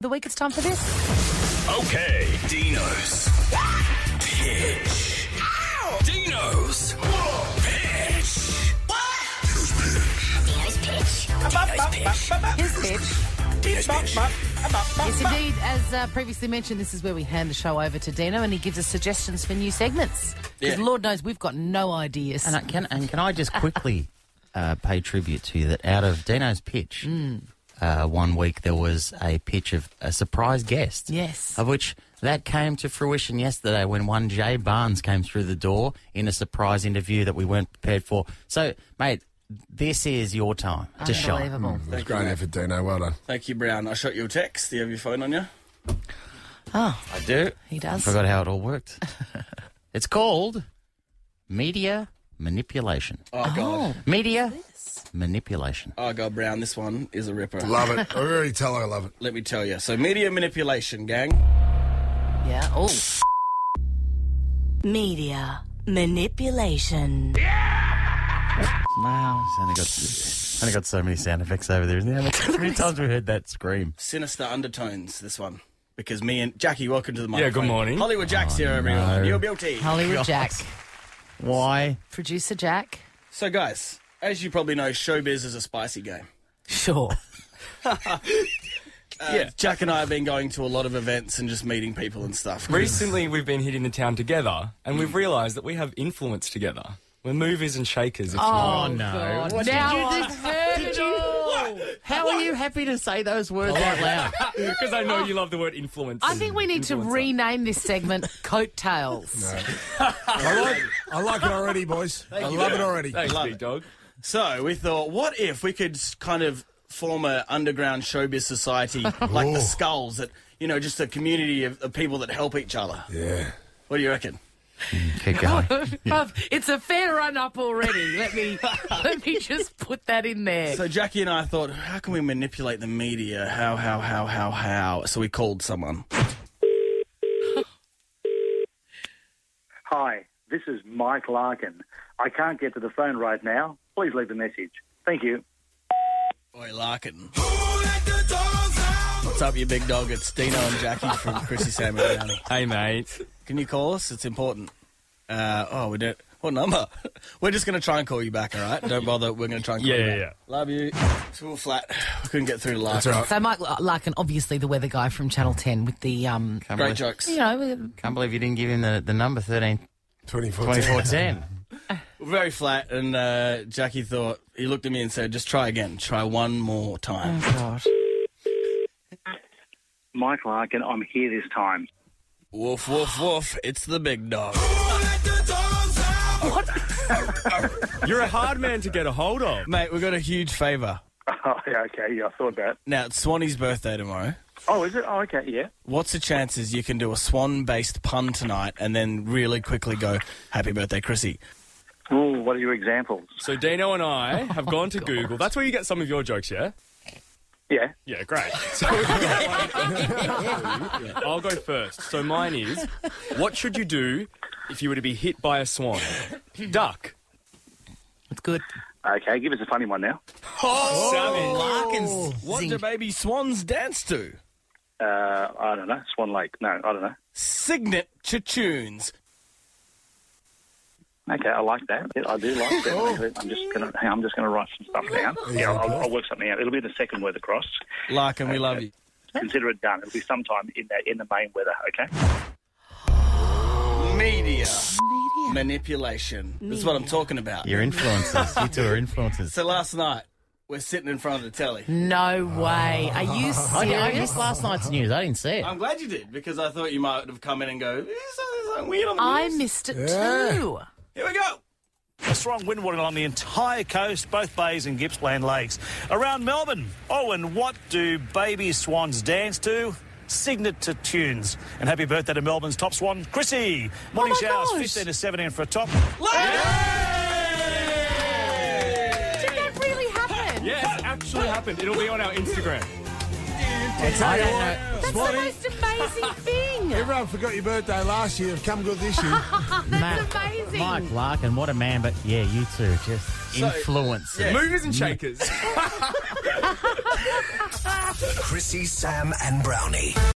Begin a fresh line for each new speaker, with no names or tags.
the week it's time for this.
Okay, Dino's pitch. Dino's pitch.
Dino's pitch. Dino's pitch.
Here's the pitch.
Dino's pitch.
Yes, indeed. As uh, previously mentioned, this is where we hand the show over to Dino and he gives us suggestions for new segments. Because
Yeah.
Lord knows we've got no ideas.
And I can and can I just quickly uh, pay tribute to you that out of Dino's pitch,
Mm.
uh, one week there was a pitch of a surprise guest.
Yes.
of which that came to fruition yesterday when one Jay Barnes came through the door in a surprise interview that we weren't prepared for. So, mate, this is your time to shine. Mm.
Unbelievable.
That's great effort, Dino. Well done.
Thank you, Brown. I shot you a text. Do you have your phone on you?
I do.
He does.
Forgot how it all worked. it's called media manipulation.
Oh, God.
Media manipulation.
Oh, God, Brown. This one is a ripper.
Love it. I already tell her I love it.
Let me tell you. So, media manipulation, gang.
Yeah. Oh.
Media manipulation.
Wow. only got, only got so many sound effects over there, isn't there? How many times we heard that scream?
Sinister undertones, this one. Because me and Jackie, welcome to the microphone.
good morning. Oh,
Hollywood Jack's here, everyone. Your beauty.
Hollywood Jack.
Why?
Producer Jack.
So, guys, as you probably know, showbiz is a spicy game.
Sure.
yeah. Uh, Jack and I have been going to a lot of events and just meeting people and stuff.
Recently, we've been hitting the town together, and we've realised that we have influence together. We're movers and shakers. If
Oh, no. What
Now
did you just did you- How are you happy to say those words out loud?
because I know you love the word influence.
Oh. I think we need to rename this segment Coattails.
I like, I like it already, boys. I love it already.
Thanks,
Love
big
it.
dog.
So we thought, what if we could s- kind of form a underground showbiz society like the Skulls that you know, just a community of, of people that help each other.
Yeah.
What do you reckon?
Keep going.
It's a fair run up already. Let me let me just put that in there.
So Jackie and I thought, how can we manipulate the media? How, how, how, how, how? So we called someone.
Hi, this is Mike Larkin. I can't get to the phone right now. Please leave a message. Thank you.
Oi, Larkin. What's up, you big dog? It's Dino and Jackie from Chrissy Sam and Brownie.
Hey, mate.
Can you call us? It's important. Uh, oh, we don't. What number? We're just going to try and call you back, all right? Don't bother. We're going to try and call
Yeah,
you
yeah,
back.
yeah.
Love you. It's all flat. We couldn't get through to Larkin.
That's all right.
So Mike Larkin, obviously the weather guy from Channel 10 with the, um,
Can't
Great
believe,
jokes.
you know,
Can't believe you didn't give him the, the number 13
24.
2410.
Very flat, and uh, Jackie thought he looked at me and said, "Just try again. Try one more time."
Mike Larkin, I'm here this time.
Woof, woof, woof! It's the big dog.
You're a hard man to get a hold of.
Mate, we got a huge favour.
Oh, yeah, okay, yeah, I thought that.
Now it's Swanee's birthday tomorrow.
Oh, is it? Oh, okay, yeah.
What's the chances you can do a swan-based pun tonight and then really quickly go, "Happy birthday, Chrissy"?
Ooh, what are your examples?
So Dino and I have gone to Google. That's where you get some of your jokes, yeah?
Yeah.
Yeah, great. So we've got one. I'll go first. So mine is, what should you do if you were to be hit by a swan? Duck.
it's good.
Okay, give us a funny one now.
Savage.
Oh. Larkins, what
Zing.
do baby swans dance to?
Uh, I don't know. Swan Lake. No, I don't know.
Signet to tunes.
Okay, I like that. Yeah, I do like
Oh.
that. I'm just gonna, hang on, I'm just gonna write some stuff down. Yeah, I'll, I'll work something out. It'll be the second word across.
Larkin, we love you.
Consider it done. It'll be sometime in the in the main weather. Okay.
Media, manipulation. That's what I'm talking about.
You're influencers. You two are influencers.
So last night we're sitting in front of the telly.
No way. Are you
I, I
serious?
missed last night's news. I didn't see it.
I'm glad you did because I thought you might have come in and go, "Eh, something, something weird on the
I
news."
missed it
Yeah.
too.
Here we go.
A strong wind warning along the entire coast, both bays and Gippsland lakes. Around Melbourne, oh, and what do baby swans dance to? Signet to tunes. And happy birthday to Melbourne's top swan, Chrissy. Morning
Oh, my
showers,
gosh.
15 to 17 for a top.
Did that really happen?
Yes, actually happened. It'll be on our Instagram.
I
don't know.
That's the most amazing thing.
Everyone forgot your birthday last year. You've come good this year.
That's amazing.
Mike Larkin, what a man, but yeah, you too, just influence.
yeah.
Movers and shakers.
Chrissy, Sam, and Brownie.